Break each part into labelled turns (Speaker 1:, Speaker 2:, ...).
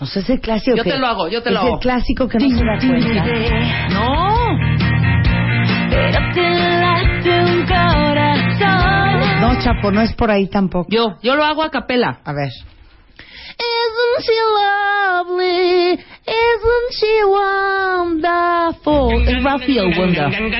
Speaker 1: No sé, es el clásico
Speaker 2: Yo
Speaker 1: que...
Speaker 2: te lo hago, yo te
Speaker 1: es
Speaker 2: lo hago.
Speaker 1: el clásico que no se da cuenta. No, no, Chapo, no es por ahí tampoco.
Speaker 2: Yo, yo lo hago a capela.
Speaker 1: A ver.
Speaker 2: Isn't she lovely? Isn't she wonderful? It va a feel wonderful.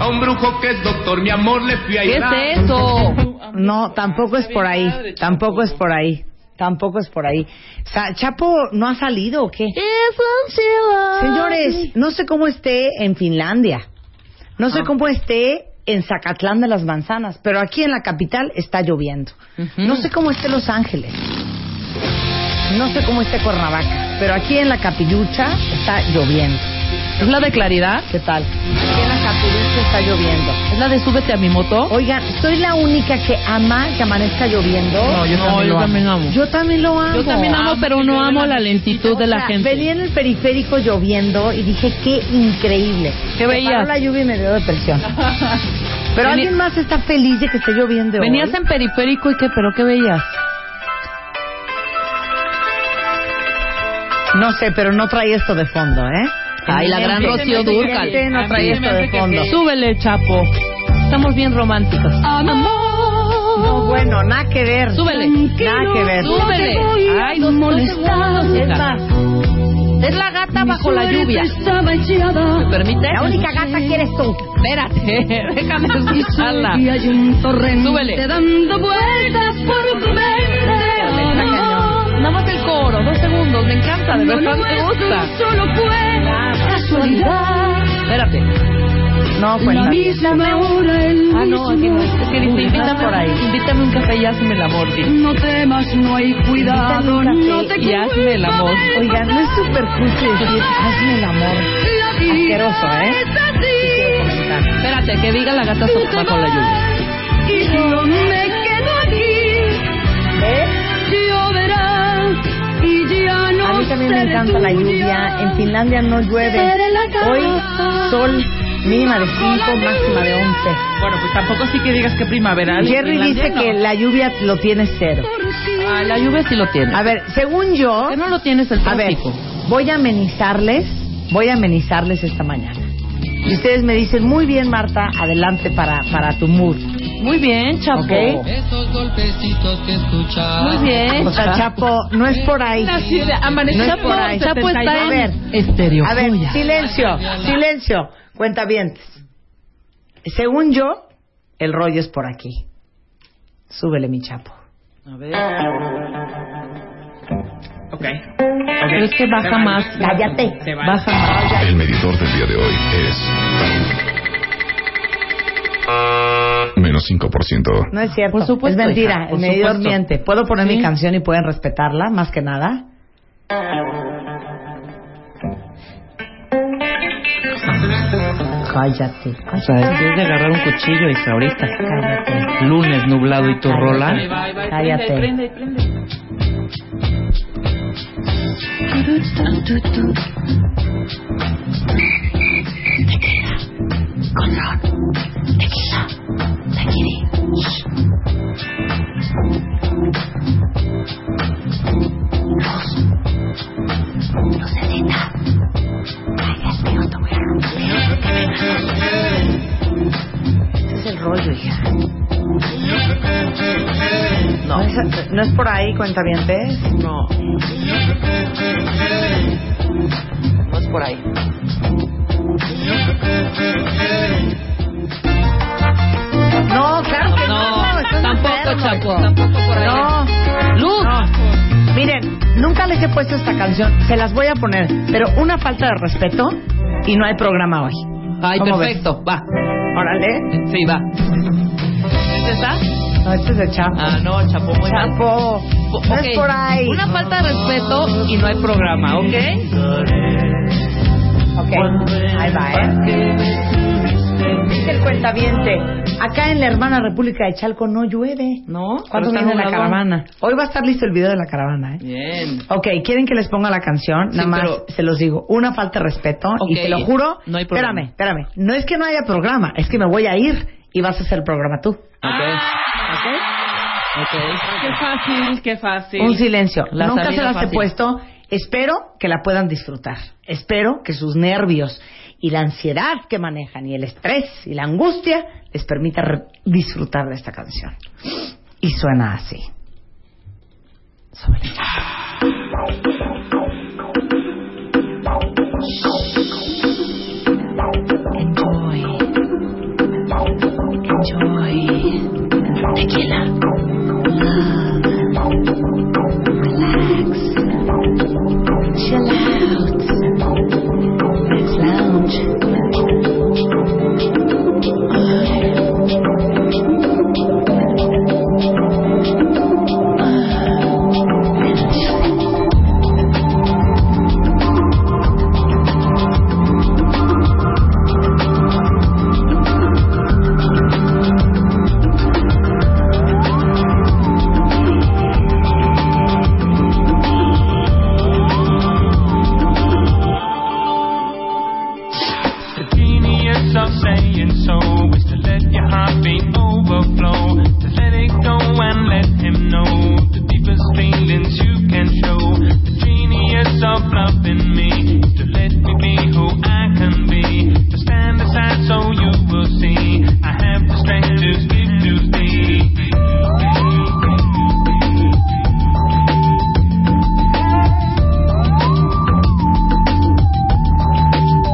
Speaker 3: A un brujo que es doctor, mi amor, le fui a
Speaker 2: ¿Qué es eso?
Speaker 1: No, tampoco es por ahí. Tampoco es por ahí. Tampoco es por ahí. Sa- Chapo, ¿no ha salido o qué? Señores, no sé cómo esté en Finlandia. No sé cómo esté en Zacatlán de las Manzanas, pero aquí en la capital está lloviendo. No sé cómo esté Los Ángeles. No sé cómo esté Cuernavaca, pero aquí en la capillucha está lloviendo.
Speaker 2: ¿Es la de claridad?
Speaker 1: ¿Qué tal? Aquí en la capillucha está lloviendo.
Speaker 2: ¿Es la de súbete a mi moto?
Speaker 1: Oigan, soy la única que ama que amanezca lloviendo.
Speaker 2: No, yo también lo amo.
Speaker 1: Yo también lo amo.
Speaker 2: Yo también amo, pero no amo la lentitud de
Speaker 1: O
Speaker 2: la
Speaker 1: sea, Venía
Speaker 2: gente.
Speaker 1: en el periférico lloviendo y dije, qué increíble.
Speaker 2: ¿Qué
Speaker 1: Se
Speaker 2: veías?
Speaker 1: paró la lluvia y me dio depresión. Pero
Speaker 2: Veni-
Speaker 1: alguien más está feliz de que esté lloviendo hoy?
Speaker 2: Venías en periférico y qué, pero qué veías?
Speaker 1: No sé, pero no trae esto de fondo, ¿eh?
Speaker 2: Ay, la gran
Speaker 1: Evidente,
Speaker 2: Rocío Dúrcal.
Speaker 1: evidente, No
Speaker 2: A
Speaker 1: trae
Speaker 2: mí se me
Speaker 1: esto de
Speaker 2: hace que
Speaker 1: fondo.
Speaker 2: sí. Súbele, chapo. Estamos bien románticos.
Speaker 1: No, bueno, nada que ver.
Speaker 2: Súbele.
Speaker 1: Nada que ver.
Speaker 2: Súbele. Ay, dos, dos segundos,
Speaker 1: Es
Speaker 2: hija.
Speaker 1: más,
Speaker 2: Es la gata bajo la lluvia. ¿Me permite?
Speaker 1: la única gata que eres tú.
Speaker 2: Espérate, déjame escucharla. Súbele. Está cañón. Nada más el coro, dos segundos. Me encanta, de verdad me gusta.
Speaker 1: Ah.
Speaker 2: Espérate.
Speaker 1: No, pues no.
Speaker 2: Ah, no, aquí no. Es que dice, invítame
Speaker 1: por ahí.
Speaker 2: Invítame un café y hazme el amor. dice.
Speaker 1: Cuidado, no te
Speaker 2: Y hazme el amor.
Speaker 1: Oigan, no es súper cool que decir, hazme el amor. Asqueroso, ¿eh?
Speaker 2: Espérate, que diga la gata sopa con la lluvia.
Speaker 1: A mí también me encanta la lluvia. En Finlandia no llueve. Hoy, sol, mínima de 5, máxima de 11.
Speaker 4: Bueno, pues tampoco sí que digas que primaveral.
Speaker 1: Jerry dice que la lluvia lo tiene cero.
Speaker 2: Ah, la lluvia sí lo tiene.
Speaker 1: A ver, según yo,
Speaker 2: ¿Por qué no lo tienes el
Speaker 1: a ver,
Speaker 2: tráfico?
Speaker 1: voy a amenizarles, voy a amenizarles esta mañana. Y ustedes me dicen, muy bien, Marta, adelante para, para tu mood.
Speaker 2: Muy bien, Chapo.
Speaker 1: Ok.
Speaker 2: Muy bien.
Speaker 1: O sea, Chapo, no es por ahí. No es por ahí.
Speaker 2: Chapo está
Speaker 1: A
Speaker 2: en
Speaker 1: ver,
Speaker 2: estéreo.
Speaker 1: A ver,
Speaker 2: Joya.
Speaker 1: silencio, silencio, cuentavientes. Según yo, el rollo es por aquí. Súbele, mi chapo.
Speaker 2: A ver. Pero es que baja más.
Speaker 1: Cállate.
Speaker 2: Baja más.
Speaker 5: El medidor del día de hoy es. Menos 5%.
Speaker 1: No es cierto.
Speaker 2: Por supuesto,
Speaker 1: es mentira.
Speaker 2: hija, por
Speaker 1: el medidor
Speaker 2: supuesto.
Speaker 1: miente. ¿Puedo poner mi
Speaker 2: Sí.
Speaker 1: canción y pueden respetarla, más que nada? Cállate.
Speaker 6: O sea, es de agarrar un cuchillo, hija, ahorita.
Speaker 1: Cállate.
Speaker 6: Lunes nublado y tu
Speaker 2: Ahí
Speaker 6: rola.
Speaker 2: va, ahí va, ahí
Speaker 1: Cállate.
Speaker 2: Prende, ahí prende, ahí prende.
Speaker 1: Ese es el rollo, hija. No, es, no es por ahí, cuentavientes.
Speaker 6: No. No es por ahí.
Speaker 1: No, claro que no.
Speaker 2: No,
Speaker 1: estás
Speaker 2: tampoco,
Speaker 1: enfermo.
Speaker 2: Chapo. Tampoco por ahí.
Speaker 1: No.
Speaker 2: Luz.
Speaker 1: No. Miren, nunca les he puesto esta canción. Se las voy a poner. Pero una falta de respeto y no hay programa hoy.
Speaker 2: Ay,
Speaker 1: ¿Cómo
Speaker 2: perfecto. Va.
Speaker 1: Órale.
Speaker 2: Sí, va. ¿Es esa?
Speaker 1: No, este es de Chapo.
Speaker 2: Ah, no, Chapo. Muy mal.
Speaker 1: Chapo. No
Speaker 2: Ok.
Speaker 1: es por ahí.
Speaker 2: Una falta de respeto y no hay programa, ¿ok?
Speaker 1: Ok, ahí va, ¿eh? Dice el cuentaviente, acá en la hermana República de Chalco no llueve.
Speaker 2: ¿No?
Speaker 1: ¿Cuándo
Speaker 2: Pero está
Speaker 1: viene la
Speaker 2: nubladón.
Speaker 1: caravana? Hoy va a estar listo el video de la caravana, ¿eh?
Speaker 2: Bien.
Speaker 1: Ok, ¿quieren que les ponga la canción?
Speaker 2: Sí,
Speaker 1: Nada más,
Speaker 2: pero-
Speaker 1: se los digo. Una falta de respeto y
Speaker 2: Ok,
Speaker 1: te lo juro.
Speaker 2: no hay programa.
Speaker 1: Espérame, espérame. No es que no haya programa, es que me voy a ir y vas a hacer el programa tú.
Speaker 2: Ah. Qué fácil, qué fácil.
Speaker 1: Un silencio.
Speaker 2: La
Speaker 1: Nunca se
Speaker 2: salida
Speaker 1: las he
Speaker 2: fácil.
Speaker 1: puesto. Espero que la puedan disfrutar. Espero que sus nervios y la ansiedad que manejan y el estrés y la angustia les permita re- disfrutar de esta canción. Y suena así. Sobre.
Speaker 7: The genius of saying so is to let your heartbeat overflow. To let it go and let him know the deepest feelings you can show. The genius of loving me is to let me be who I can be. To stand aside so you will see I have the strength to give to thee.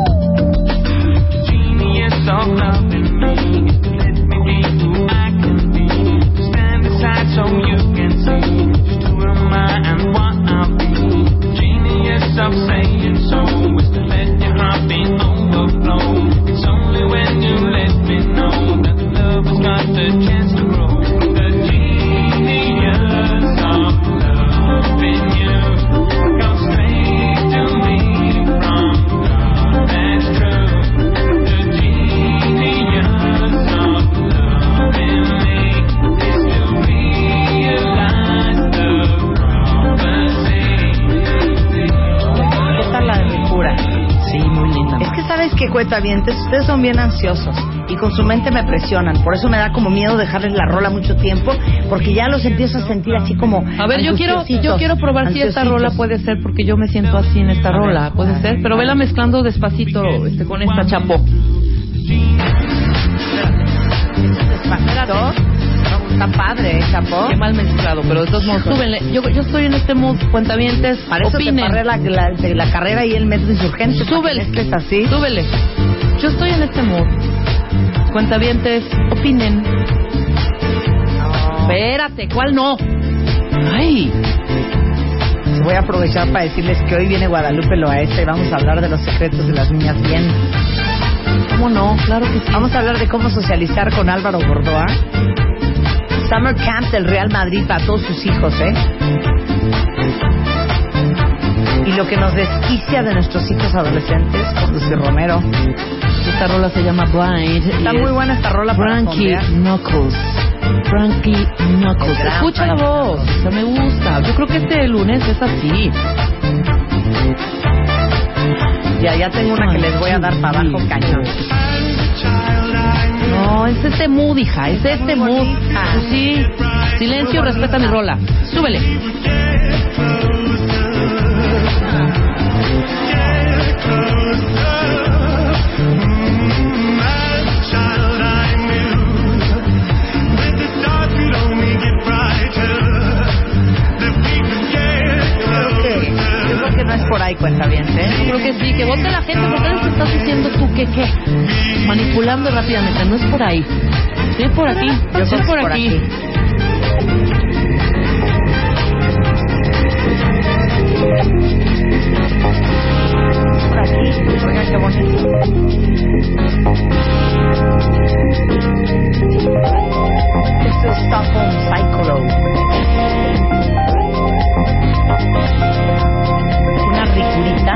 Speaker 7: The genius of loving me is to let me be who I can be. To stand aside so you can see just who am I and what I'll be. The genius of saying so is to let your heart be overflow. It's only when you let me know that the love has got the chance to grow. The genius of loving you comes straight to me from love that's true. The genius of loving me is to realize the prophecy.
Speaker 1: Esta es la de mi cura.
Speaker 6: Sí, muy linda.
Speaker 1: Es que sabes que cuentavientes, ustedes son bien ansiosos y con su mente me presionan. Por eso me da como miedo dejarles la rola mucho tiempo, porque ya los empiezo a sentir así como.
Speaker 2: A ver, yo quiero, yo
Speaker 1: ansiositos,
Speaker 2: quiero probar si esta
Speaker 1: ansiositos.
Speaker 2: rola puede ser, porque yo me siento así en esta rola, puede ser, pero vela mezclando despacito este, con esta chapo.
Speaker 1: Despacito. No, Está padre, ¿eh, Chapo.
Speaker 2: Qué mal mezclado, pero de todos modos,
Speaker 1: Híjole.
Speaker 2: súbenle. Yo, yo estoy en este mood, cuentavientes,
Speaker 1: Para eso te
Speaker 2: opinen,
Speaker 1: paré la, la- de la carrera y el metro insurgente.
Speaker 2: Súbele.
Speaker 1: Este es así.
Speaker 2: súbele. Yo estoy en este mood, cuentavientes, opinen. Espérate, ¿cuál no? Ay,
Speaker 1: Voy a aprovechar para decirles que hoy viene Guadalupe Loaesa y vamos a hablar de los secretos de las niñas bien.
Speaker 2: ¿cómo no? Claro que sí.
Speaker 1: Vamos a hablar de cómo socializar con Álvaro Bordoa. Summer Camp del Real Madrid para todos sus hijos, ¿eh? Y lo que nos desquicia de nuestros hijos adolescentes con Lucy Romero.
Speaker 2: Esta rola se llama Blind.
Speaker 1: Está
Speaker 2: y
Speaker 1: muy
Speaker 2: es
Speaker 1: buena esta rola para
Speaker 2: Frankie
Speaker 1: fondear.
Speaker 2: Knuckles. Frankie Knuckles.
Speaker 1: El gran
Speaker 2: Escucha la
Speaker 1: Frankie
Speaker 2: voz. O sea, me gusta. Yo creo que este lunes es así.
Speaker 1: Ya, ya tengo una que les voy a dar para abajo cañón.
Speaker 2: No, es este mood, hija. Es este mood. Pues Sí. Silencio, respeta mi rola. Súbele.
Speaker 1: Sí, yo creo que no es por ahí, cuenta bien, ¿eh?
Speaker 2: Creo que sí, que vote la gente, porque les estás diciendo tú que qué. Manipulando rápidamente, no es por ahí. Sí, es por aquí.
Speaker 1: Yo
Speaker 2: Sí,
Speaker 1: creo que
Speaker 2: es por aquí.
Speaker 1: Por aquí. Oiga, qué bonito. Esto es Stockholm Psycho. Una ricurita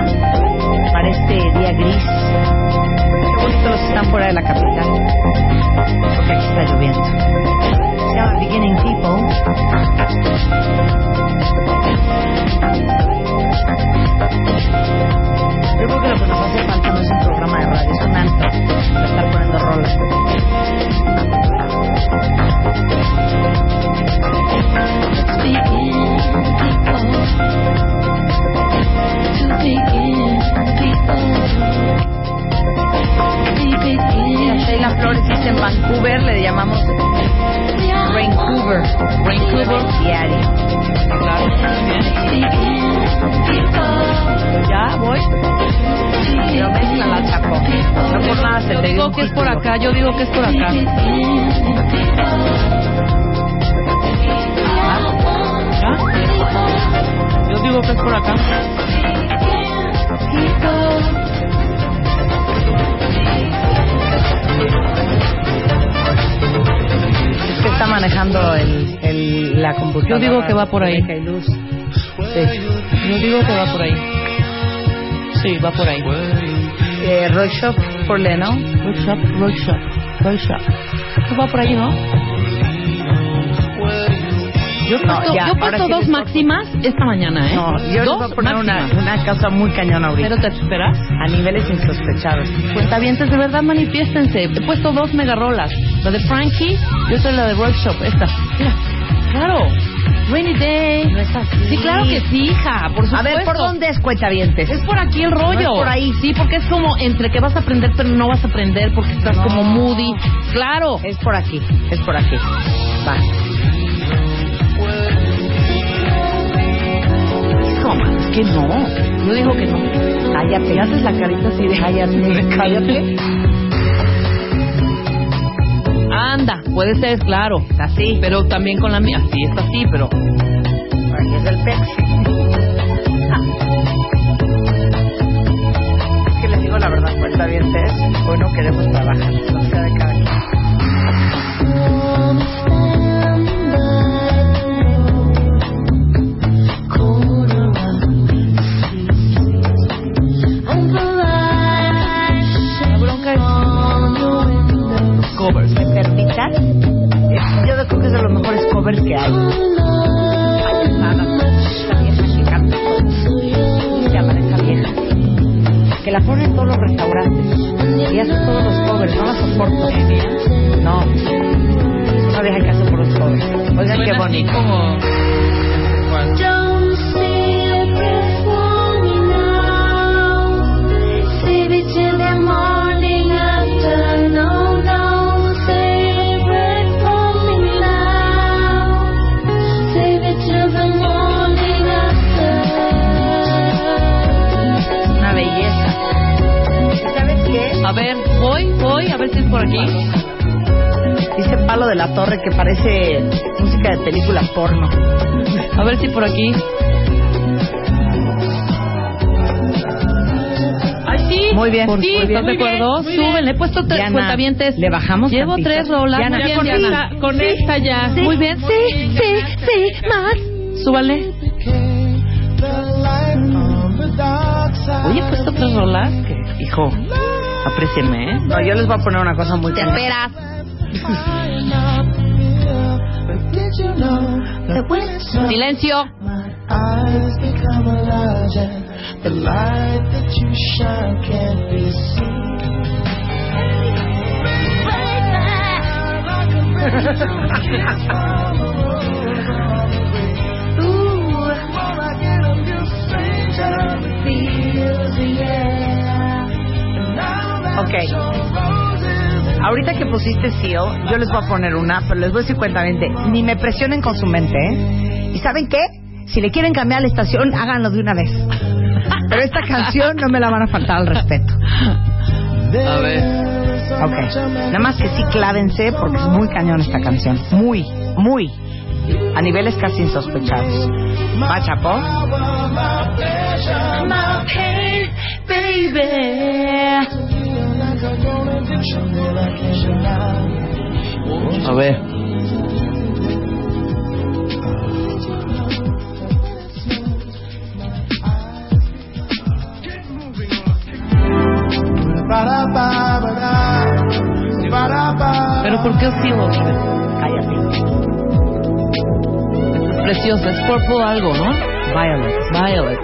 Speaker 1: para este día gris. Qué bonito los que están fuera de la capital. Porque aquí está lloviendo. Se llama Beginning People. Yo creo que lo que nos hace falta no es un programa de radio, es un antro. para Estar poniendo rolas. Mira, Sheila Flores dice en Vancouver le llamamos Vancouver. Vancouver. Diario. Ya voy. Pero mezcla la chapó. No por nada se
Speaker 2: Yo
Speaker 1: te dio
Speaker 2: digo
Speaker 1: un
Speaker 2: que es por
Speaker 1: título.
Speaker 2: acá, yo digo que es por acá. Yo digo que es por acá.
Speaker 1: Es que está manejando el, el- la computadora.
Speaker 2: Yo digo que va por ahí.
Speaker 1: Rebeca y Luz. Sí.
Speaker 2: Yo digo que va por ahí. Sí, va por ahí.
Speaker 1: Eh, Roy Shop por Leno.
Speaker 2: Workshop, workshop, workshop. Tú va por ahí, ¿no? Yo he
Speaker 1: No,
Speaker 2: puesto,
Speaker 1: ya,
Speaker 2: yo he
Speaker 1: ahora
Speaker 2: puesto
Speaker 1: sí
Speaker 2: dos
Speaker 1: les-
Speaker 2: máximas esta mañana, ¿eh?
Speaker 1: No, yo les
Speaker 2: dos
Speaker 1: voy a poner una,
Speaker 2: máximas.
Speaker 1: una cosa muy cañona ahorita.
Speaker 2: Pero te esperas.
Speaker 1: a niveles insospechados.
Speaker 2: Cuentavientes, de verdad, manifiéstense. He puesto dos megarolas. La de Frankie y otra la de Workshop. Esta. Mira, claro. Rainy Day.
Speaker 1: No es así.
Speaker 2: Sí, claro que sí, hija. Por supuesto.
Speaker 1: A ver, ¿por dónde es cuentavientes?
Speaker 2: Es por aquí el rollo.
Speaker 1: No es por ahí.
Speaker 2: Sí, porque es como entre que vas a aprender, pero no vas a aprender porque estás
Speaker 1: No.
Speaker 2: como moody. Claro.
Speaker 1: Es por aquí, es por aquí. Va. Hijo, man, es que no. Yo digo que no. Cállate. Haces la carita así de cállate. Cállate.
Speaker 2: Anda, puede ser, claro. Así. Pero también con la mía. Sí, es así, pero.
Speaker 1: Aquí es el pex. Es que les digo la verdad, cuentavientes. Hoy no queremos trabajar. No sea de cada quien. La bronca es covers. ¿Me permitas? Es- Yo creo que es de los mejores covers que hay. Hay nada esa vieja que canta. ¿Cómo se llama esa vieja? Que la ponen en todos los restaurantes. Y hace todos los covers. No la soporto. No. Es una vieja que hace por los covers. Oigan qué bonito.
Speaker 2: como.
Speaker 1: Una belleza. ¿Sabes qué?
Speaker 2: A ver, voy, voy, a ver si es por aquí.
Speaker 1: Dice Palo de la Torre que parece música de película porno.
Speaker 2: A ver si por aquí. Ay, sí.
Speaker 1: Muy bien,
Speaker 2: Sí,
Speaker 1: muy bien.
Speaker 2: ¿estás de
Speaker 1: Muy bien,
Speaker 2: acuerdo?
Speaker 1: muy bien.
Speaker 2: Súben, le he puesto tres
Speaker 1: Diana,
Speaker 2: cuentavientes.
Speaker 1: le bajamos
Speaker 2: Llevo
Speaker 1: tantito.
Speaker 2: tres rolas.
Speaker 1: Diana,
Speaker 2: muy
Speaker 1: ya
Speaker 2: bien,
Speaker 1: con
Speaker 2: Diana.
Speaker 1: esta- con esta ya.
Speaker 2: Sí, muy bien.
Speaker 1: muy
Speaker 2: Sí,
Speaker 1: bien,
Speaker 2: sí,
Speaker 1: Diana.
Speaker 2: sí, más. Súbale.
Speaker 1: pues
Speaker 2: Oye, he puesto tres rolas que, hijo,
Speaker 6: Aprécienme, ¿eh?
Speaker 1: No, yo les voy a poner una cosa muy...
Speaker 2: Te
Speaker 1: cañona.
Speaker 2: esperas. Silencio.
Speaker 1: Ok. Ahorita que pusiste Seal, yo les voy a poner una, pero les voy a decir cuentamente, ni me presionen con su mente, ¿eh? ¿Y saben qué? Si le quieren cambiar la estación, háganlo de una vez. Pero esta canción no me la van a faltar al respeto.
Speaker 6: A ver.
Speaker 1: Ok. Nada más que sí clávense porque es muy cañón esta canción. Muy, muy. A niveles casi insospechados. Va, Chapo.
Speaker 6: A ver.
Speaker 2: Pero ¿por qué os sigo?
Speaker 1: Cállate.
Speaker 2: Es preciosa, es purple algo, ¿no?
Speaker 1: Violet.
Speaker 2: Violet.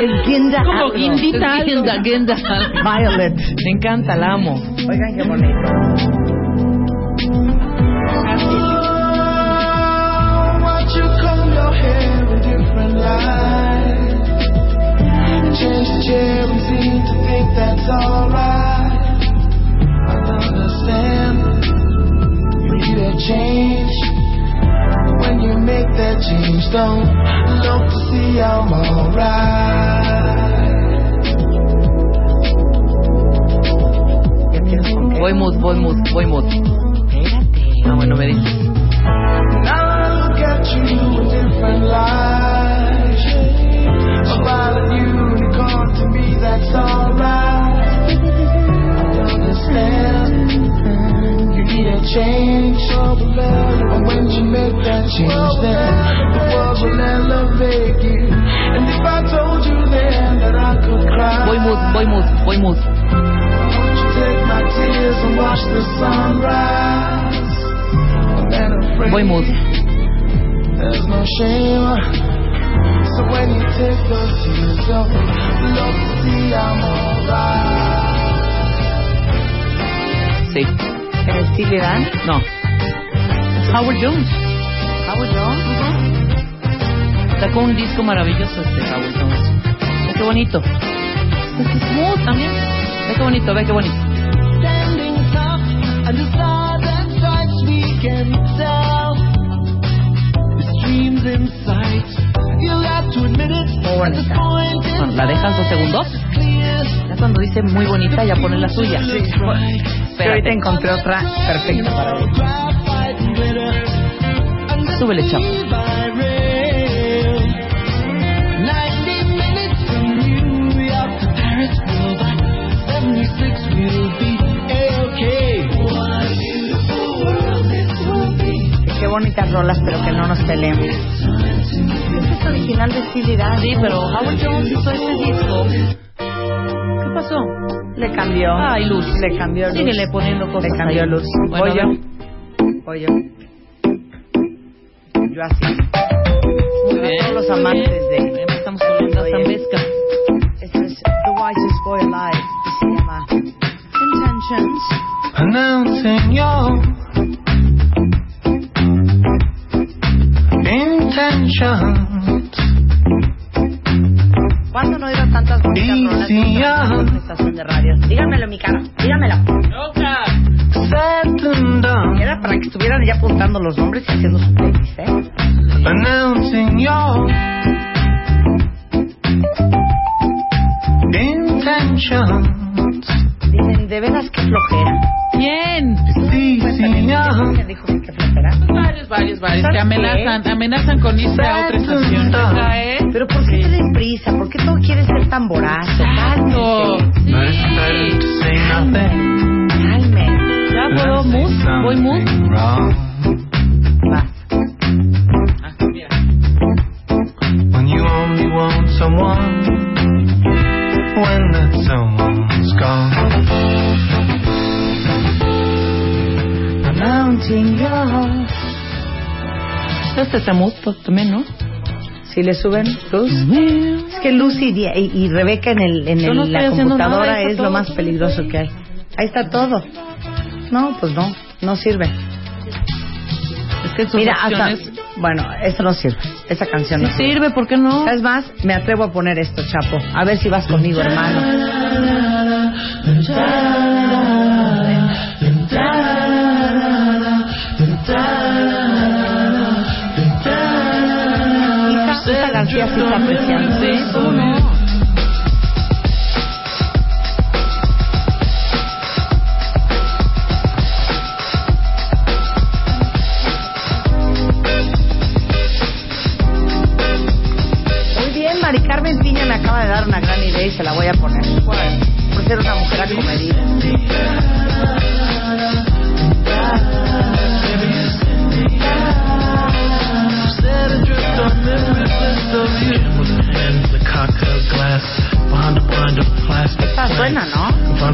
Speaker 1: Entienda
Speaker 2: Como
Speaker 1: algo.
Speaker 2: guindita. algo. Guinda, guinda.
Speaker 1: Violet.
Speaker 2: Me encanta, la amo.
Speaker 1: Oigan qué bonito.
Speaker 2: Voy mood, voy mood, voy mood. Ah, bueno, me dices. Voy mood, voy mood, voy mood. Voy mood. Sí.
Speaker 1: Eh, ¿Sí le dan?
Speaker 2: No. Howard Jones.
Speaker 1: Howard Jones.
Speaker 2: Sacó un disco maravilloso este Howard Jones. Ve qué bonito. Pues Es smooth también. Ve qué bonito, ve qué bonito.
Speaker 1: Muy bonita.
Speaker 2: Bueno, la dejas dos segundos. Ya cuando dice muy bonita, ya pone la suya.
Speaker 1: Pero ahorita
Speaker 2: Espérate.
Speaker 1: encontré otra perfecta para hoy.
Speaker 2: Súbele, chavo.
Speaker 1: Qué bonitas rolas, pero que no nos peleemos. Este es original de Steely Dan.
Speaker 2: Sí, pero Howard Jones hizo este disco. ¿Qué pasó?
Speaker 1: Le cambió.
Speaker 2: Ay, Luz.
Speaker 1: Le cambió luz.
Speaker 2: Síguele poniendo cosas
Speaker 1: Le cambió
Speaker 2: ahí.
Speaker 1: luz.
Speaker 2: Bueno,
Speaker 1: Voy
Speaker 2: a ver.
Speaker 1: yo. Voy yo. Yo así.
Speaker 2: Muy
Speaker 1: Para
Speaker 2: bien.
Speaker 1: todos los
Speaker 2: muy
Speaker 1: amantes
Speaker 2: bien.
Speaker 1: de-
Speaker 2: Empezamos con la
Speaker 1: Oye.
Speaker 2: zambesca.
Speaker 1: Esto es The Wisest Boy Alive. que Se llama Intentions.
Speaker 7: announcing your intentions.
Speaker 1: ¿Cuándo no he oído tantas bonitas rolas
Speaker 7: Easy,
Speaker 1: en una estación de radio? Dígamelo en mi cara. Dígamelo.
Speaker 7: Set them down,
Speaker 1: Era para que estuvieran ya apuntando los nombres y haciendo su playlist, ¿eh?
Speaker 7: announcing your intentions.
Speaker 1: Dicen, de veras qué flojera.
Speaker 2: Bien.
Speaker 7: Easy,
Speaker 1: ¿Quién me dijo que qué flojera?
Speaker 2: Varios, varios, varios.
Speaker 1: ¿Sabes
Speaker 2: Que amenazan,
Speaker 1: qué?
Speaker 2: amenazan con irse a otra estación.
Speaker 7: Exacto.
Speaker 2: Esa, ¿eh?
Speaker 1: Pero ¿por qué te des prisa? ¿Por qué todo quieres ser tan voraz?
Speaker 2: Exacto. Sí.
Speaker 7: Nice time to say nothing.
Speaker 1: Calme.
Speaker 2: Ya
Speaker 7: Did I
Speaker 2: puedo
Speaker 7: say
Speaker 2: mood. Voy mood.
Speaker 7: something wrong?
Speaker 1: Vas.
Speaker 7: When you only want someone, when that someone's
Speaker 2: Este es Tamusto también, ¿no?
Speaker 1: Si le suben luz. Es que Luz y, Die- y- y Rebeca en, el, en
Speaker 2: Yo
Speaker 1: el-
Speaker 2: no
Speaker 1: la
Speaker 2: estoy haciendo nada,
Speaker 1: computadora
Speaker 2: ahí está
Speaker 1: es lo
Speaker 2: todo.
Speaker 1: más peligroso que hay. Ahí está todo. No, pues no, no sirve. Mira, hasta,
Speaker 2: opciones-
Speaker 1: bueno, esto no sirve. Esa canción no
Speaker 2: Sí sirve, ¿por qué no?
Speaker 1: Es más, me atrevo a poner esto, Chapo. A ver si vas conmigo, hermano. Isa, Isa García sí está apreciando.
Speaker 2: ¿eh?
Speaker 1: Muy bien, Mari Carmen Piña me acaba de dar una gran idea y se la voy a poner. Por ser una mujer acomedida. Esta Ah, suena, ¿no? Esta va,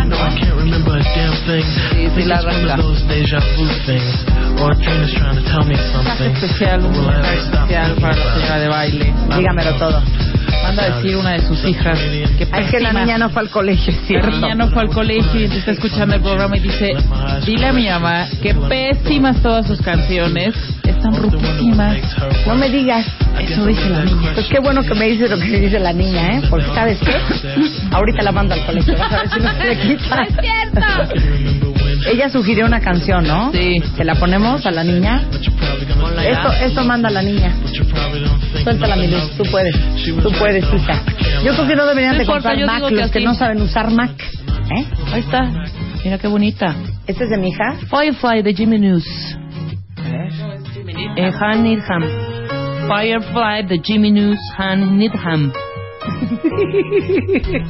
Speaker 1: ¿no?
Speaker 2: Sí, sí, la arranca. Mensaje especial, un mensaje especial para la señora de baile.
Speaker 1: Dígamelo todo.
Speaker 2: Manda a decir una de sus hijas que
Speaker 1: Ay, Es que la
Speaker 2: pésima-
Speaker 1: niña no fue al colegio, es
Speaker 2: La
Speaker 1: cierto.
Speaker 2: niña no fue al colegio y está escuchando el programa y dice, dile a mi mamá que pésimas todas sus canciones, están ruquísimas.
Speaker 1: No me digas.
Speaker 2: Eso dice la niña.
Speaker 1: Pues qué bueno que me dices lo que dice la niña, ¿eh? Porque ¿sabes qué? Ahorita la mando al colegio. Vas a ver si no se le quita.
Speaker 2: ¡Es cierto!
Speaker 1: Ella sugirió una canción, ¿no?
Speaker 2: Sí.
Speaker 1: ¿Se la ponemos a la niña? Esto, esto manda a la niña. Suéltala, mi luz. Tú puedes. Tú puedes, hija. Yo creo que no deberían
Speaker 2: No
Speaker 1: de
Speaker 2: importa,
Speaker 1: comprar
Speaker 2: yo
Speaker 1: Mac
Speaker 2: digo que
Speaker 1: los que
Speaker 2: así.
Speaker 1: no saben usar Mac. ¿Eh?
Speaker 2: Ahí está. Mira qué bonita.
Speaker 1: ¿Este es de mi hija?
Speaker 2: Firefly de Jimmy News. Eh, Han Needham. Firefly de Jimmy News, Han Needham.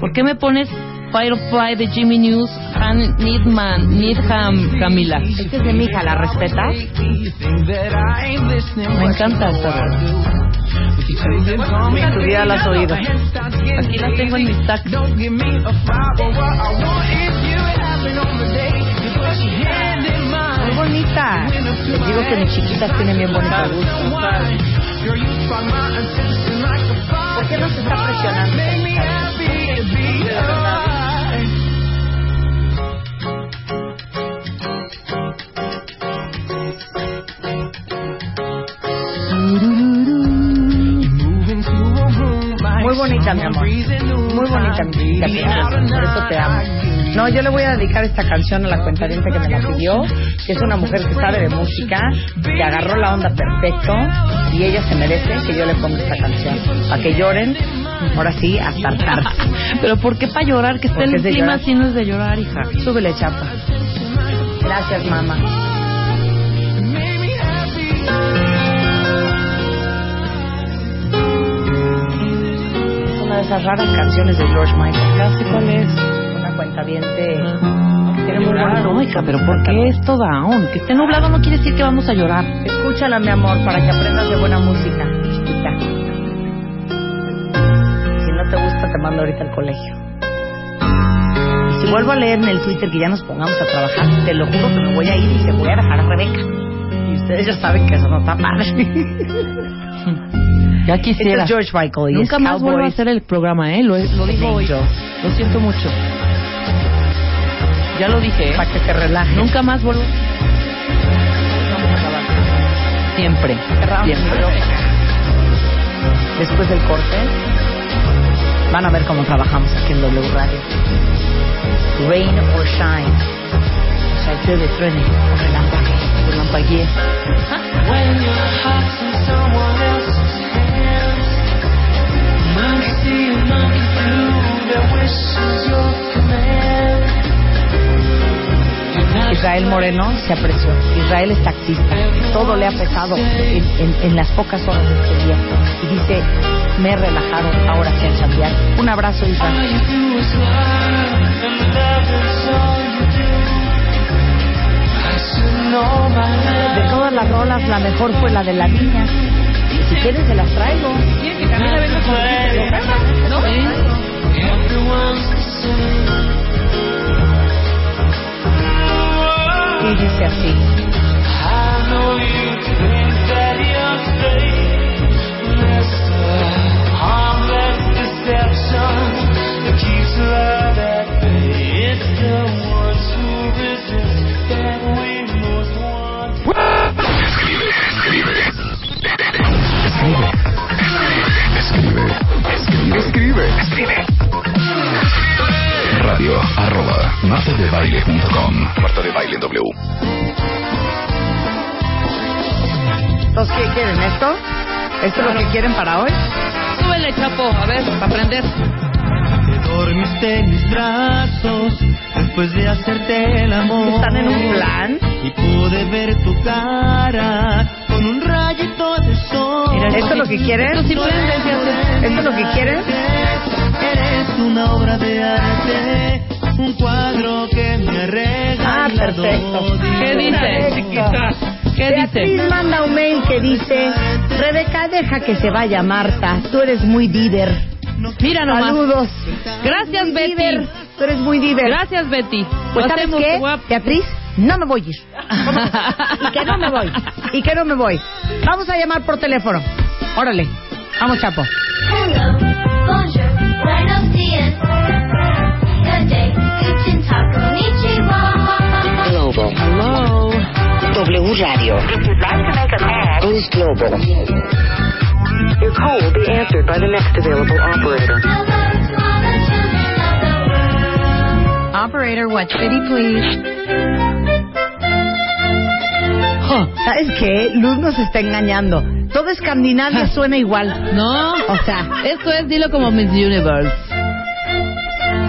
Speaker 2: ¿Por qué me pones Firefly de Jimmy News, Han Needman, Needham, Camila?
Speaker 1: Este es de mi hija. ¿La respetas?
Speaker 2: Me encanta esta rola.
Speaker 1: Tu vida la has oído.
Speaker 2: Aquí la tengo en mi saco.
Speaker 1: Muy bonita. Les digo que mis chiquitas tienen bien bonito gusto. ¿Por qué nos está presionando? Muy bonita, mi amor. Muy
Speaker 2: Ah,
Speaker 1: bonita, mi chiquita. Por eso te amo. No, yo le voy a dedicar esta canción a la cuentadiente que me la pidió, que es una mujer que sabe de música, que agarró la onda perfecto y ella se merece que yo le ponga esta canción. Para que lloren, ahora sí, hasta hartarse.
Speaker 2: Pero ¿por qué para llorar? Que esté
Speaker 1: Porque
Speaker 2: el
Speaker 1: es de
Speaker 2: clima
Speaker 1: llorar.
Speaker 2: así no es de llorar, hija.
Speaker 1: Súbele, chapa. Gracias, mamá. Es Una de esas raras canciones de George Michael. Casi cuál es. Una cuenta Tiene muy
Speaker 2: Llorar,
Speaker 1: buena
Speaker 2: no, hija, pero ¿por qué es todo down? Que esté nublado no quiere decir que vamos a llorar.
Speaker 1: Escúchala, mi amor, para que aprendas de buena música, chiquita. Si no te gusta, te mando ahorita al colegio. Y si vuelvo a leer en el Twitter que ya nos pongamos a trabajar, te lo juro que me voy a ir y se voy a dejar a Rebeca. Y ustedes ya saben que eso no está padre.
Speaker 2: Ya
Speaker 1: Este
Speaker 2: quisiera.
Speaker 1: es George Michael y
Speaker 2: Nunca
Speaker 1: es
Speaker 2: más vuelvo a
Speaker 1: Cowboys.
Speaker 2: hacer el programa, ¿eh? Lo, lo digo hoy. Lo siento mucho. Ya lo dije, ¿eh?
Speaker 1: Para que te relajes.
Speaker 2: Nunca más vuelvo. Siempre.
Speaker 1: Cerramos el
Speaker 2: Siempre.
Speaker 1: bloque. Después del corte, van a ver cómo trabajamos aquí en W Radio. Rain or shine. O sea, llueve, truene, o relámpague, relampaguee. Israel Moreno se apreció. Israel es taxista. Todo le ha pesado en, en- en las pocas horas de este día. Y dice, me he relajado ahora sí en Santiago. Un abrazo, Israel. De todas las rolas, la mejor fue la de la niña. Y Si quieres, se las traigo.
Speaker 7: Everyone's the same.
Speaker 1: dice así.
Speaker 5: Escribe. Escribe. Radio arroba martadebaile.com Marta de Baile W.
Speaker 1: Entonces, ¿qué quieren? ¿Esto? ¿Esto es lo que quieren para hoy?
Speaker 2: Súbele, Chapo, a ver, para aprender.
Speaker 7: Te dormiste en mis brazos después de hacerte el amor.
Speaker 1: ¿Están en un plan?
Speaker 7: Y pude ver tu cara con un rayito de sol.
Speaker 1: ¿Esto es lo que quieren?
Speaker 2: Esto simplemente se hace.
Speaker 1: ¿Esto es lo que quieren?
Speaker 7: Eres una obra de arte, un cuadro que me arregla.
Speaker 1: Ah, perfecto.
Speaker 2: ¿Qué dice, chiquita? ¿Qué
Speaker 1: Beatriz
Speaker 2: dice?
Speaker 1: manda un mail que dice, Rebeca, deja que se vaya Marta, tú eres muy diver.
Speaker 2: Mira nomás.
Speaker 1: Saludos.
Speaker 2: Gracias,
Speaker 1: Muy diver,
Speaker 2: Betty.
Speaker 1: Tú eres muy diver.
Speaker 2: Gracias, Betty.
Speaker 1: Pues
Speaker 2: Lo
Speaker 1: ¿sabes
Speaker 2: hacemos,
Speaker 1: qué,
Speaker 2: te voy a-
Speaker 1: Beatriz? No me voy a ir. Y que no me voy. Y que no me voy. Vamos a llamar por teléfono. Órale. Vamos, Chapo.
Speaker 8: Hello, bonjour, buenos dias. Good day, guten Tag, konnichiwa.
Speaker 9: Global. Hello. W Radio. If you'd like to make a call, please Global. Your call will be answered by the next available operator.
Speaker 2: Operator, what city, please?
Speaker 1: ¿Sabes qué? Luz nos está engañando. Todo Escandinavia suena igual.
Speaker 2: No.
Speaker 1: O sea,
Speaker 2: Esto es, dilo como Miss Universe.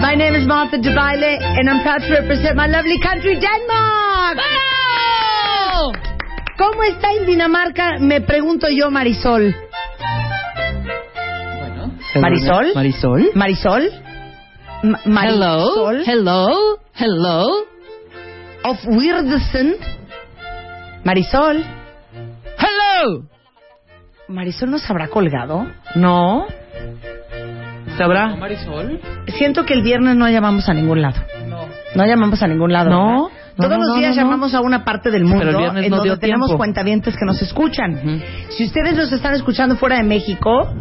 Speaker 1: My name is Martha de Baile and I'm proud to represent my lovely country, Denmark.
Speaker 2: ¡Bravo!
Speaker 1: ¿Cómo está en Dinamarca? Me pregunto yo, Marisol. ¿Marisol?
Speaker 9: Marisol.
Speaker 1: ¿Marisol? Ma-
Speaker 2: Hello.
Speaker 1: Marisol
Speaker 2: Hello. Hello.
Speaker 1: of Weirdson. Marisol.
Speaker 2: Hello.
Speaker 1: ¿Marisol nos habrá colgado?
Speaker 2: No. ¿Sabrá?
Speaker 1: Siento que el viernes no llamamos a ningún lado. No. llamamos a ningún lado.
Speaker 2: No,
Speaker 1: ¿verdad?
Speaker 2: no,
Speaker 1: Todos
Speaker 2: no,
Speaker 1: los
Speaker 2: no, no,
Speaker 1: días
Speaker 2: no.
Speaker 1: llamamos a una parte del mundo
Speaker 2: Pero el viernes
Speaker 1: en
Speaker 2: no
Speaker 1: donde
Speaker 2: dio
Speaker 1: tenemos
Speaker 2: tiempo.
Speaker 1: cuentavientes que nos escuchan.
Speaker 2: Ujú.
Speaker 1: Si ustedes nos están escuchando fuera de México,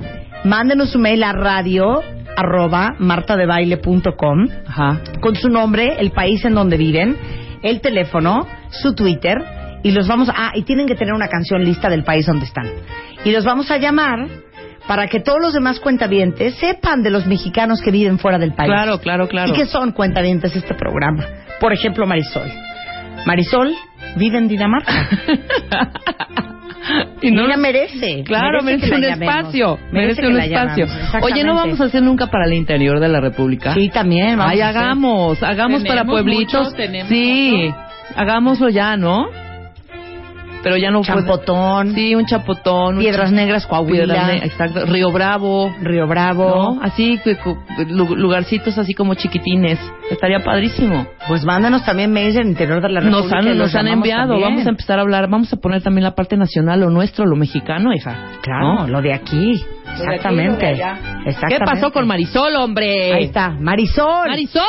Speaker 1: mándenos su mail a radio arroba martadebaile.com
Speaker 2: Ajá.
Speaker 1: con su nombre, el país en donde viven, el teléfono, su Twitter y los vamos a ah, y tienen que tener una canción lista del país donde están. Y los vamos a llamar para que todos los demás cuentavientes sepan de los mexicanos que viven fuera del país.
Speaker 2: Claro, claro, claro.
Speaker 1: Y que son cuentavientes de este programa. Por ejemplo, Marisol. Marisol vive en Dinamarca.
Speaker 2: Y no-
Speaker 1: Ella merece.
Speaker 2: Claro, merece,
Speaker 1: que
Speaker 2: un
Speaker 1: la llamemos.
Speaker 2: espacio. Merece,
Speaker 1: que
Speaker 2: un
Speaker 1: la
Speaker 2: espacio.
Speaker 1: llamamos,
Speaker 2: Oye,
Speaker 1: exactamente.
Speaker 2: ¿no vamos a hacer nunca para el interior de la República?
Speaker 1: Sí, también. vamos
Speaker 2: Ay,
Speaker 1: a hacer.
Speaker 2: hagamos, hagamos para
Speaker 6: Tenemos
Speaker 2: pueblitos.
Speaker 6: mucho, tenemos
Speaker 2: sí, hagámoslo ya, ¿no? Pero ya no puede-
Speaker 1: Champotón.
Speaker 2: pues. Sí, un chapotón. un
Speaker 1: Piedras
Speaker 2: cha-
Speaker 1: Negras, Coahuila.
Speaker 2: Piedras Ne- exacto. Río Bravo.
Speaker 1: Río Bravo.
Speaker 2: ¿no? Así, cu- cu- lu- lugarcitos así como chiquitines. Estaría padrísimo.
Speaker 1: Pues mándanos también mails del interior de la
Speaker 2: Nos
Speaker 1: República. y
Speaker 2: han,
Speaker 1: los
Speaker 2: nos han
Speaker 1: llamamos
Speaker 2: enviado.
Speaker 1: también.
Speaker 2: Vamos a empezar a hablar. Vamos a poner también la parte nacional, lo nuestro, lo mexicano, hija.
Speaker 1: Claro,
Speaker 2: ¿no?
Speaker 1: lo de aquí. Exactamente.
Speaker 2: ¿Qué
Speaker 1: Exactamente.
Speaker 2: pasó con Marisol, hombre?
Speaker 1: Ahí está, Marisol.
Speaker 2: Marisol,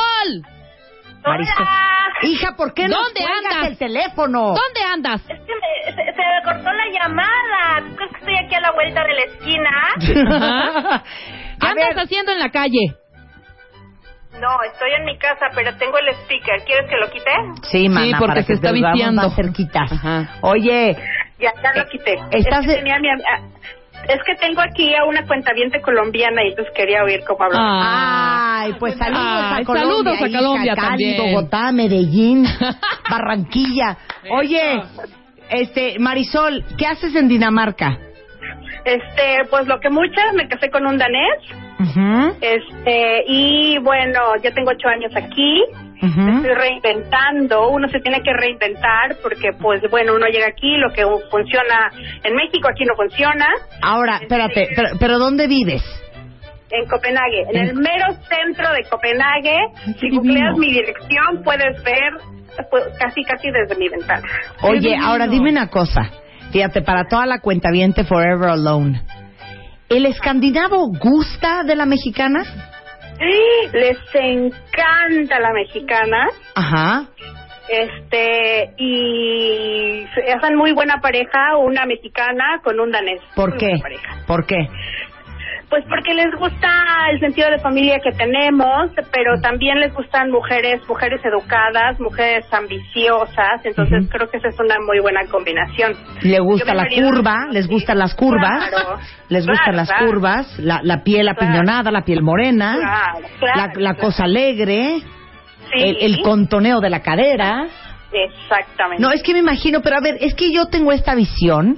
Speaker 1: Marisol. Hija, ¿por qué no
Speaker 2: ¿Dónde
Speaker 1: cuelgas
Speaker 2: andas?
Speaker 1: el teléfono?
Speaker 2: ¿dónde andas?
Speaker 8: Es que me- se, se me cortó la llamada. ¿Tú crees que estoy aquí a la vuelta de la esquina?
Speaker 2: Ajá. ¿Qué
Speaker 1: A
Speaker 2: andas
Speaker 1: ver.
Speaker 2: haciendo en la calle?
Speaker 8: No, estoy en mi casa, pero tengo el speaker. ¿Quieres que lo quite?
Speaker 1: Sí, mana,
Speaker 2: porque
Speaker 1: para
Speaker 2: se
Speaker 1: que
Speaker 2: está
Speaker 1: te volvamos
Speaker 2: vistiendo.
Speaker 1: más cerquitas.
Speaker 2: Ajá.
Speaker 1: Oye,
Speaker 8: Ya, ya
Speaker 1: Eh,
Speaker 8: lo quité.
Speaker 1: estás
Speaker 8: es que
Speaker 1: de-
Speaker 8: tenía mi am- a- es que tengo aquí a una cuentaviente colombiana y entonces quería oír cómo hablaba.
Speaker 1: ay, pues saludos a
Speaker 2: Ah. Ay,
Speaker 1: Colombia.
Speaker 2: saludos a
Speaker 1: hija,
Speaker 2: Colombia
Speaker 1: Cali,
Speaker 2: también.
Speaker 1: Bogotá, Medellín, Barranquilla. Oye, este, Marisol, ¿qué haces en Dinamarca?
Speaker 8: Este, pues lo que muchas, me casé con un danés. Este, y bueno, ya tengo ocho años aquí.
Speaker 1: Ujú.
Speaker 8: Me Estoy reinventando, uno se tiene que reinventar porque pues bueno, uno llega aquí, lo que funciona en México aquí no funciona,
Speaker 1: Ahora, espérate, pero, pero ¿dónde vives?
Speaker 8: en Copenhague, en el mero centro de Copenhague, si
Speaker 1: divino.
Speaker 8: googleas mi dirección puedes ver pues, casi casi desde mi ventana.
Speaker 1: Oye, ahora dime una cosa. Fíjate, para toda la cuenta viente Forever Alone. ¿El escandinavo gusta de la mexicana?
Speaker 8: Les encanta la mexicana,
Speaker 1: Ajá.
Speaker 8: Este, y se- hacen muy buena pareja una mexicana con un danés.
Speaker 1: ¿Por
Speaker 8: Muy
Speaker 1: qué?
Speaker 8: buena pareja.
Speaker 1: ¿Por qué?
Speaker 8: Pues porque les gusta el sentido de familia que tenemos, pero también les gustan mujeres, mujeres educadas, mujeres ambiciosas, entonces creo que esa es una muy buena combinación.
Speaker 1: Le gusta
Speaker 8: Yo me
Speaker 1: la
Speaker 8: imagino-
Speaker 1: curva, les gustan las curvas,
Speaker 8: Claro,
Speaker 1: les
Speaker 8: claro,
Speaker 1: gustan las
Speaker 8: claro.
Speaker 1: curvas, la, la piel apiñonada, la piel morena,
Speaker 8: Claro, claro,
Speaker 1: la, la cosa alegre,
Speaker 8: Sí.
Speaker 1: el, el contoneo de la cadera.
Speaker 8: Exactamente.
Speaker 1: No, es que me imagino, pero a ver, es que yo tengo esta visión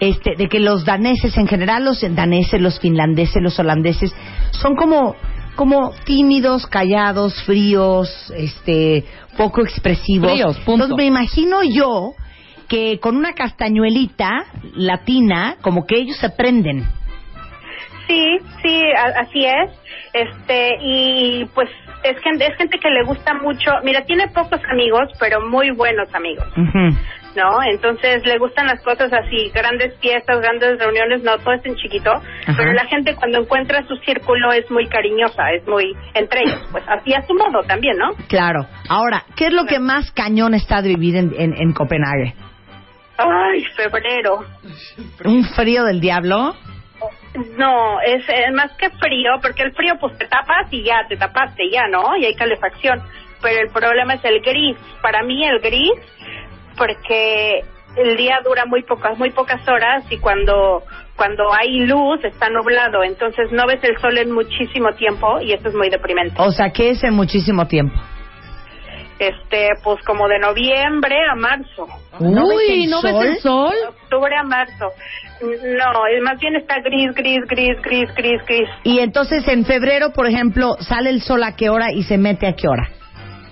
Speaker 1: este, de que los daneses, en general los daneses, los finlandeses, los holandeses, son como, como tímidos, callados, fríos, este, poco expresivos.
Speaker 2: Fríos, punto.
Speaker 1: Entonces me imagino yo que con una castañuelita latina, como que ellos se prenden.
Speaker 8: Sí, sí, a- así es. Este, y pues es gente, es gente que le gusta mucho. Mira, tiene pocos amigos, pero muy buenos amigos, ¿no? Entonces le gustan las cosas así, grandes fiestas, grandes reuniones, no todo es en chiquito. Pero la gente cuando encuentra su círculo es muy cariñosa, es muy entre ellos, pues así a su modo también, ¿no?
Speaker 1: Claro. Ahora, ¿qué es lo que más cañón está de vivir en, en, en Copenhague?
Speaker 8: Ay, febrero.
Speaker 1: ¿Un frío del diablo?
Speaker 8: No, es eh, más que frío, porque el frío pues te tapas y ya, te tapaste ya, ¿no? Y hay calefacción. Pero el problema es el gris. Para mí el gris, porque el día dura muy pocas, muy pocas horas y cuando cuando hay luz está nublado, entonces no ves el sol en muchísimo tiempo y eso es muy deprimente.
Speaker 1: O sea, ¿qué es en muchísimo tiempo?
Speaker 8: Este, pues como de noviembre a marzo.
Speaker 1: ¿No ves el ¿no ves sol?
Speaker 8: ¿eh?
Speaker 1: el sol?
Speaker 8: De octubre a marzo. No, eh, más bien está gris, gris, gris, gris, gris, gris.
Speaker 1: Y entonces en febrero, por ejemplo, sale el sol a qué hora y se mete a qué hora.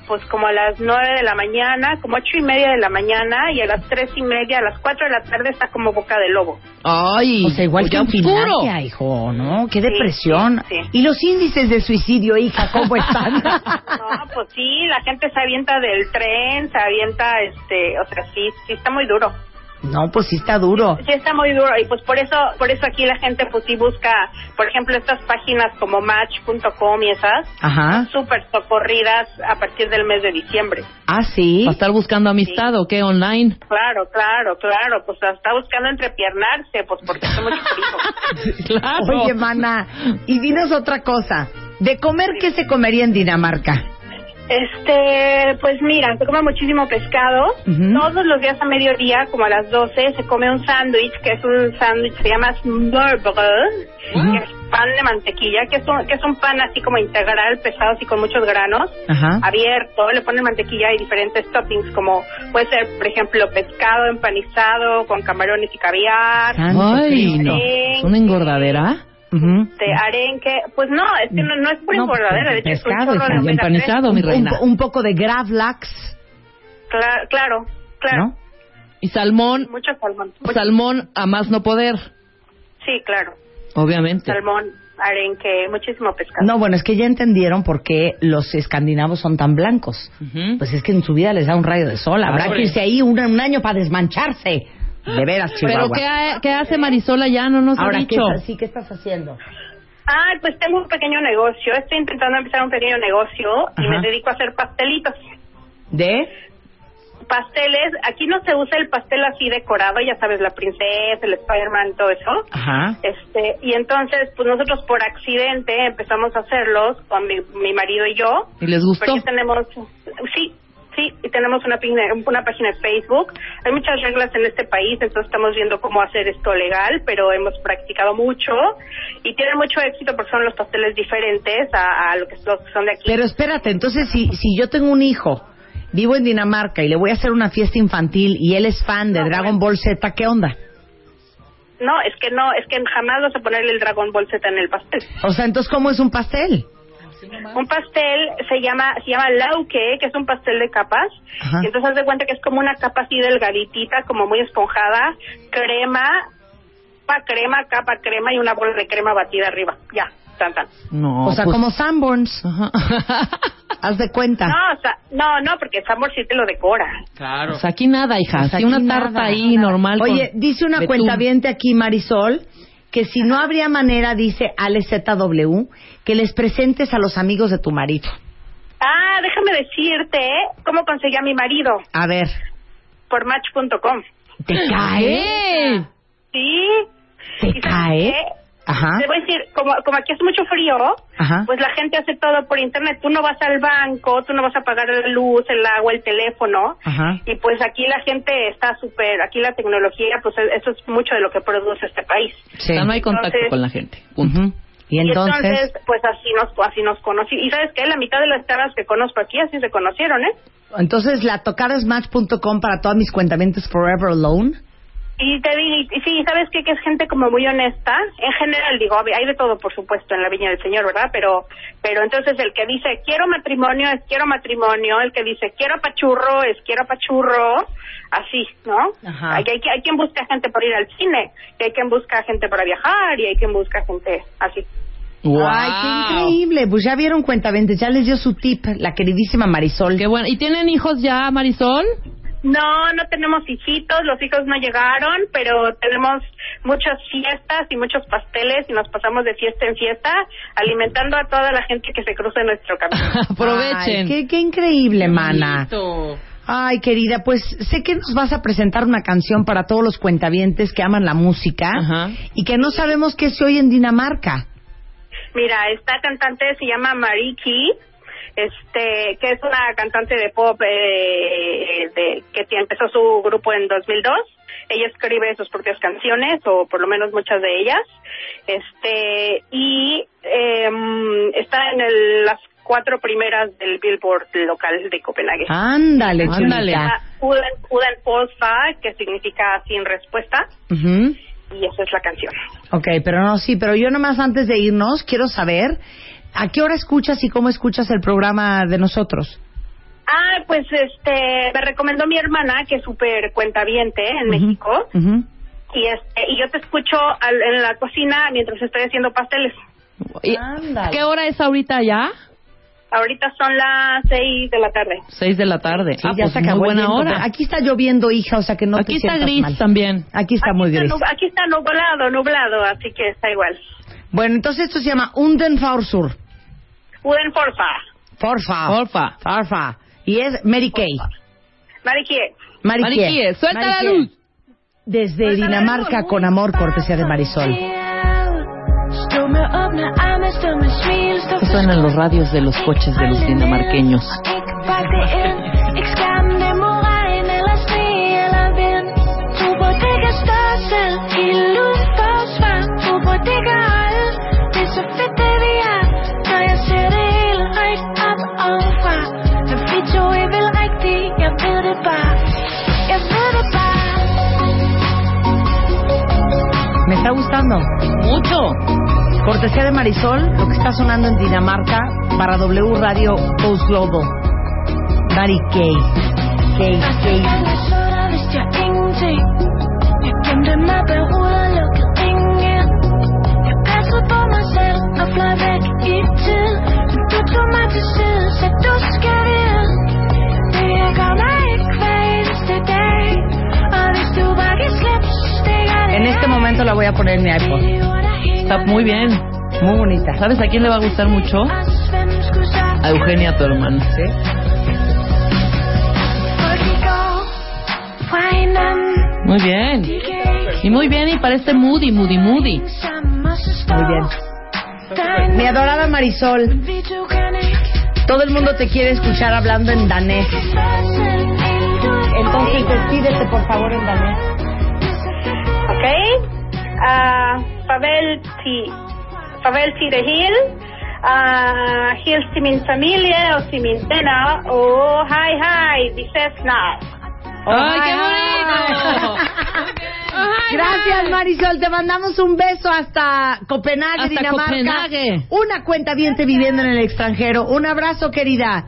Speaker 8: pues como a las nueve de la mañana, como ocho y media de la mañana y a las tres y media, a las cuatro de la tarde está como boca de lobo.
Speaker 1: Ay, o sea, igual
Speaker 8: pues
Speaker 1: que
Speaker 8: ya
Speaker 1: en
Speaker 8: oscuro.
Speaker 1: Finlandia, hijo, ¿no?
Speaker 8: Sí,
Speaker 1: Qué depresión.
Speaker 8: sí, sí.
Speaker 1: Y los índices de suicidio, hija, ¿cómo están?
Speaker 8: No, pues sí, la gente se avienta del tren, se avienta, este, o sea, sí, sí está muy duro.
Speaker 1: no, pues sí está duro.
Speaker 8: Sí está muy duro y pues por eso, por eso aquí la gente pues sí busca, por ejemplo, estas páginas como match.com y esas,
Speaker 1: Ajá.
Speaker 8: súper socorridas a partir del mes de diciembre.
Speaker 1: Ah, sí.
Speaker 2: ¿Va a estar buscando amistad o qué online?
Speaker 8: Claro, claro, claro, pues está buscando entrepiernarse, pues porque hace mucho frío.
Speaker 2: Claro.
Speaker 1: Oye, mana, y dinos otra cosa. ¿De comer qué se comería en Dinamarca?
Speaker 8: Este, pues mira, se come muchísimo pescado. Todos los días a mediodía, como a las 12, se come un sándwich, que es un sándwich, se llama smørbrød, que es pan de mantequilla, que es, un, que es un pan así como integral, pesado, así con muchos granos,
Speaker 1: Ajá.
Speaker 8: Ah, abierto, le ponen mantequilla y diferentes toppings, como puede ser, por ejemplo, pescado empanizado con camarones y caviar.
Speaker 2: Ay, no.
Speaker 8: arenque,
Speaker 2: ¿Es una engordadera? pues
Speaker 8: este, arenque, pues no, es que no, no es pura engordadera, de hecho es un
Speaker 1: pescado,
Speaker 8: chorro de ¿eh?
Speaker 1: hija, y
Speaker 8: omega tres.
Speaker 2: empanizado, mi reina.
Speaker 1: Un, un poco de gravlax,
Speaker 8: Cla- claro, claro.
Speaker 1: ¿no?
Speaker 2: Y salmón,
Speaker 8: Mucho salmón.
Speaker 1: Pues-
Speaker 8: Mucho-
Speaker 2: salmón a más no poder,
Speaker 8: Sí, claro.
Speaker 2: obviamente.
Speaker 8: Salmón, arenque, muchísimo pescado.
Speaker 1: No, bueno, es que ya entendieron por qué los escandinavos son tan blancos. Pues es que en su vida les da un rayo de sol. Habrá
Speaker 2: Hombre.
Speaker 1: que irse ahí un, un año para desmancharse. Ah, De veras, Chihuahua.
Speaker 2: Pero ¿qué, ha- qué hace Marisola ya? No nos
Speaker 1: Ahora,
Speaker 2: ha
Speaker 1: ¿qué
Speaker 2: dicho.
Speaker 1: estás- sí, ¿qué estás haciendo?
Speaker 8: Ah, pues tengo un pequeño negocio. Estoy intentando empezar un pequeño negocio y
Speaker 1: Ajá.
Speaker 8: me dedico a hacer pastelitos.
Speaker 1: ¿De?
Speaker 8: Pasteles, aquí no se usa el pastel así decorado, ya sabes, la princesa, el Spider-Man, todo eso.
Speaker 1: Ajá.
Speaker 8: Este, y entonces, pues nosotros por accidente empezamos a hacerlos con mi, mi marido y yo.
Speaker 2: ¿Y les gustó?
Speaker 8: Porque tenemos, sí, sí, y tenemos una, pigna- una página de Facebook. Hay muchas reglas en este país, entonces estamos viendo cómo hacer esto legal, pero hemos practicado mucho y tienen mucho éxito porque son los pasteles diferentes a, a lo que son- los que son de aquí.
Speaker 1: Pero espérate, entonces si, si yo tengo un hijo, vivo en Dinamarca y le voy a hacer una fiesta infantil y él es fan de Dragon Ball Z, ¿qué onda?
Speaker 8: No, es que no, es que jamás vas a ponerle el Dragon Ball Z en el pastel.
Speaker 1: O sea, entonces, ¿cómo es un pastel?
Speaker 8: Un pastel se llama se llama lauke, que es un pastel de capas.
Speaker 1: Ajá.
Speaker 8: Y entonces haz de cuenta que es como una capa así delgaditita, como muy esponjada, crema, capa crema, capa crema y una bola de crema batida arriba. Ya, tan tan.
Speaker 2: No,
Speaker 1: o sea,
Speaker 2: pues-
Speaker 1: como Sanborns. Haz de cuenta.
Speaker 8: No, o sea, no, no, porque el Sambor sí te lo decora.
Speaker 2: O sea, Pues aquí nada, hija.
Speaker 1: sea,
Speaker 2: Así una
Speaker 1: Pues aquí
Speaker 2: tarta
Speaker 1: nada.
Speaker 2: ahí normal. con
Speaker 1: Oye, dice una
Speaker 2: betún.
Speaker 1: cuenta viente aquí, Marisol, que si no habría manera, dice ALZW, que les presentes a los amigos de tu marido.
Speaker 8: Ah, déjame déjame decirte cómo conseguí a mi marido
Speaker 1: A ver,
Speaker 8: por match.com.
Speaker 1: ¿te cae?
Speaker 8: Sí.
Speaker 1: ¿Te cae? Ah. Ajá.
Speaker 8: Te voy a decir, como, como aquí hace mucho frío,
Speaker 1: Ajá.
Speaker 8: pues la gente hace todo por internet. Tú no vas al banco, tú no vas a pagar la luz, el agua, el teléfono.
Speaker 1: Ajá.
Speaker 8: Y pues aquí la gente está súper, aquí la tecnología, pues e- eso es mucho de lo que produce este país.
Speaker 2: O sea, no hay contacto
Speaker 8: Entonces,
Speaker 2: con la gente.
Speaker 1: Ujú. Y
Speaker 8: y
Speaker 1: entonces,
Speaker 8: pues así nos, así nos conocí. Y sabes que la mitad de las caras que conozco aquí así se conocieron, ¿eh?
Speaker 1: entonces la tocarasmatch.com para todas mis cuentamientos forever alone.
Speaker 8: Y te di- y sí, ¿sabes qué? Que es gente como muy honesta. En general, digo, hab- hay de todo, por supuesto, en la Viña del Señor, ¿verdad? Pero pero entonces el que dice, quiero matrimonio, es quiero matrimonio. El que dice, quiero apachurro, es quiero apachurro. Así, ¿no?
Speaker 1: Ajá.
Speaker 8: Hay, hay, hay quien busca gente para ir al cine, y hay quien busca gente para viajar, y hay quien busca gente así.
Speaker 1: ¡Ay, qué increíble! Pues ya vieron cuentamientos, ya les dio su tip la queridísima Marisol. Qué
Speaker 2: bueno. ¿Y tienen hijos ya, Marisol?
Speaker 8: No, no tenemos hijitos, los hijos no llegaron, pero tenemos muchas fiestas y muchos pasteles y nos pasamos de fiesta en fiesta, alimentando a toda la gente que se cruza en nuestro camino.
Speaker 1: Aprovechen. qué, qué increíble, mana. Ay, querida, pues sé que nos vas a presentar una canción para todos los cuentavientes que aman la música y que no sabemos qué se oye en Dinamarca.
Speaker 8: Mira, esta cantante se llama Mariki, este, que es una cantante de pop eh, de- que te- empezó su grupo en 2002. Ella escribe sus propias canciones, o por lo menos muchas de ellas. Este, y em, está en el- las cuatro primeras del Billboard local de Copenhague.
Speaker 1: Ah, Ándale,
Speaker 8: Se
Speaker 1: ándale.
Speaker 8: llama Uden, Uden Posa, que significa sin respuesta, y esa es la canción.
Speaker 1: Ok, pero no, sí, pero yo nomás antes de irnos quiero saber a qué hora escuchas y cómo escuchas el programa de nosotros.
Speaker 8: Ah, pues este, me recomendó mi hermana, que es súper cuentaviente en México,
Speaker 1: Ujú.
Speaker 8: y este, y yo te escucho al- en la cocina mientras estoy haciendo pasteles.
Speaker 2: Y- ¿Qué hora es ahorita ya?
Speaker 8: Ahorita son las seis de la tarde.
Speaker 2: Seis de la tarde.
Speaker 1: Sí,
Speaker 2: ah,
Speaker 1: ya
Speaker 2: pues
Speaker 1: se acabó
Speaker 2: muy
Speaker 1: el
Speaker 2: buena
Speaker 1: viento, pero
Speaker 2: hora.
Speaker 1: Aquí está lloviendo, hija, o sea que no
Speaker 2: Aquí
Speaker 1: te
Speaker 2: está
Speaker 1: sientas
Speaker 2: gris
Speaker 1: mal.
Speaker 2: también.
Speaker 1: Aquí está muy
Speaker 8: Está
Speaker 1: gris.
Speaker 8: nub- Aquí está nublado, nublado, así que está igual.
Speaker 1: Bueno, entonces esto se llama Undenfaursur.
Speaker 8: Uden porfa.
Speaker 1: Porfa.
Speaker 2: Ah.
Speaker 1: Porfa. Porfa. Y es Mary Kay.
Speaker 8: Mariquie.
Speaker 1: Mariquie.
Speaker 8: Mariquie, suelta la
Speaker 1: Mariquie.
Speaker 8: luz.
Speaker 1: Desde Dinamarca, con amor, cortesía de Marisol.
Speaker 2: ¿Qué suenan los radios de los coches de los dinamarqueños?
Speaker 1: Me está gustando. Mucho. Cortesía de Marisol, lo que está sonando en Dinamarca para W Radio Post Global. Mary Kay. Kay, Kay. En este momento la voy a poner en mi iPod.
Speaker 2: Está muy bien.
Speaker 1: Muy bonita.
Speaker 2: ¿Sabes a quién le va a gustar mucho? A Eugenia, tu hermana. Muy bien. Y muy bien, y para este moody, moody, moody.
Speaker 1: Muy bien. Mi adorada Marisol, todo el mundo te quiere escuchar hablando en danés. Entonces despídete por favor en danés.
Speaker 8: Ok. Ah, farvel til, farvel til det hele. Uh, hils til min familie og til mine venner. Og hej, hej. Vi ses snart.
Speaker 1: Oh, Ay, qué bonito. Gracias Marisol, te mandamos un beso hasta Copenhague,
Speaker 2: Hasta
Speaker 1: Dinamarca.
Speaker 2: Copenhague.
Speaker 1: Una cuenta bien viviendo en el extranjero. Un abrazo querida.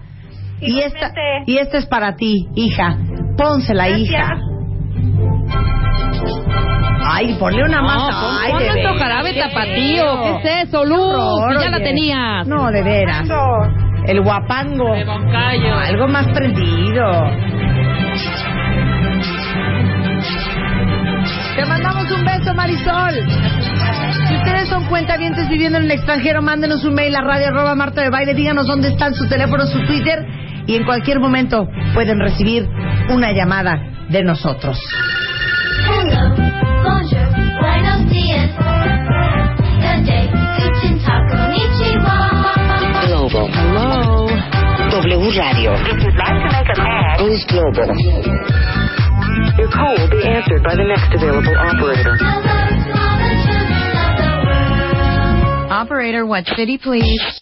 Speaker 1: Y esta, y esta es para ti, hija. Pónsela, hija. Ay, ponle una
Speaker 2: No,
Speaker 1: más.
Speaker 2: pon-
Speaker 1: Ay,
Speaker 2: pon
Speaker 1: de
Speaker 2: nuestro
Speaker 1: veras.
Speaker 2: jarabe tapatío. ¿Qué es eso, Luz?
Speaker 1: horror,
Speaker 2: Ya la
Speaker 1: oye.
Speaker 2: tenías.
Speaker 1: No, de veras. El guapango. Ah, Algo más prendido. Te mandamos un beso, Marisol. Si ustedes son cuentavientes viviendo en el extranjero, mándenos un mail a radio arroba marta de baile. Díganos dónde están su teléfono, su Twitter. y en cualquier momento pueden recibir una llamada de nosotros.
Speaker 10: Hello, bonjour, buenos días. Good day, guten Tag, konnichiwa.
Speaker 9: Global. Hello. W Radio. If you'd like to make a call, Boost Global. Your call will be answered by the next available operator.
Speaker 10: Operator, what city, please?